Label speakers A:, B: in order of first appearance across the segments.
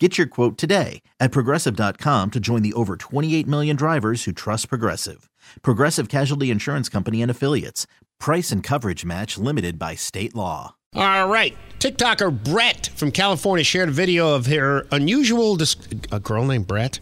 A: Get your quote today at progressive.com to join the over 28 million drivers who trust Progressive. Progressive Casualty Insurance Company and Affiliates. Price and coverage match limited by state law.
B: All right. TikToker Brett from California shared a video of her unusual. Dis- a girl named Brett?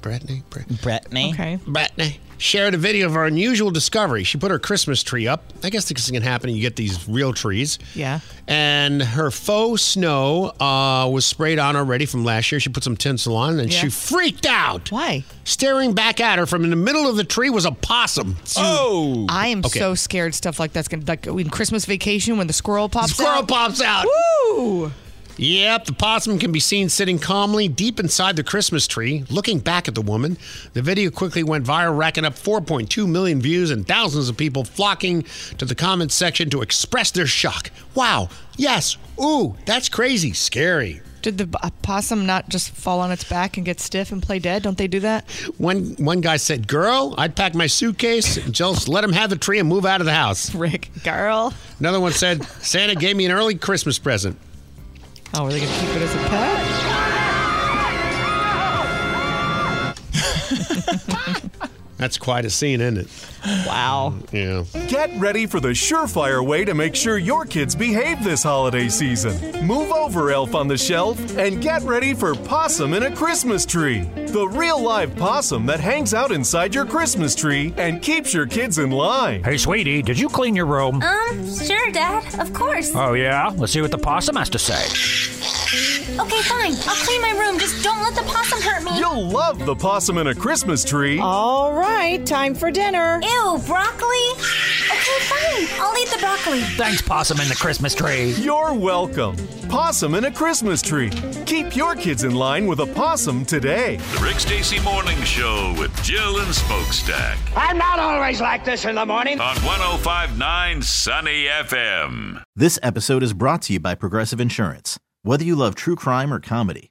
B: Brett name? Brett?
C: Brittany.
D: Okay.
B: Brittany shared a video of her unusual discovery. She put her Christmas tree up. I guess this can happen. You get these real trees.
D: Yeah.
B: And her faux snow uh, was sprayed on already from last year. She put some tinsel on and she
D: Yeah.
B: freaked out.
D: Why?
B: Staring back at her from in the middle of the tree was a possum. Oh!
D: I am
B: Okay.
D: so scared stuff like that's going to, like in Christmas vacation when the squirrel pops
B: Squirrel
D: out.
B: pops out.
D: Woo!
B: Yep, the possum can be seen sitting calmly deep inside the Christmas tree, looking back at the woman. The video quickly went viral, racking up 4.2 million views and thousands of people flocking to the comments section to express their shock. Wow, yes, ooh, that's crazy, scary.
D: Did the uh, possum not just fall on its back and get stiff and play dead? Don't they do that?
B: One one guy said, "Girl, I'd pack my suitcase and just let him have the tree and move out of the house."
D: Rick, girl.
B: Another one said, "Santa gave me an early Christmas present."
D: Oh, are they going to keep it as a pet?
B: That's quite a scene, isn't it?
D: Wow.
B: Yeah.
E: Get ready for the surefire way to make sure your kids behave this holiday season. Move over, Elf on the Shelf, and get ready for Possum in a Christmas Tree. The real live possum that hangs out inside your Christmas tree and keeps your kids in line.
F: Hey, sweetie, did you clean your room?
G: Um, sure, Dad. Of course.
F: Oh, yeah? Let's see what the possum has to say.
G: Okay, fine. I'll clean my room. Just don't let the possum hurt me.
E: You'll love the Possum in a Christmas Tree.
H: All right, time for dinner.
G: Ew, broccoli. Okay, fine. I'll eat the broccoli.
F: Thanks, possum in the Christmas tree.
E: You're welcome. Possum in a Christmas Tree. Keep your kids in line with a possum today.
I: The Rick Stacy Morning Show with Jill and Smokestack
J: I'm not always like this in the morning.
I: on 1059 Sunny FM.
A: This episode is brought to you by Progressive Insurance. Whether you love true crime or comedy,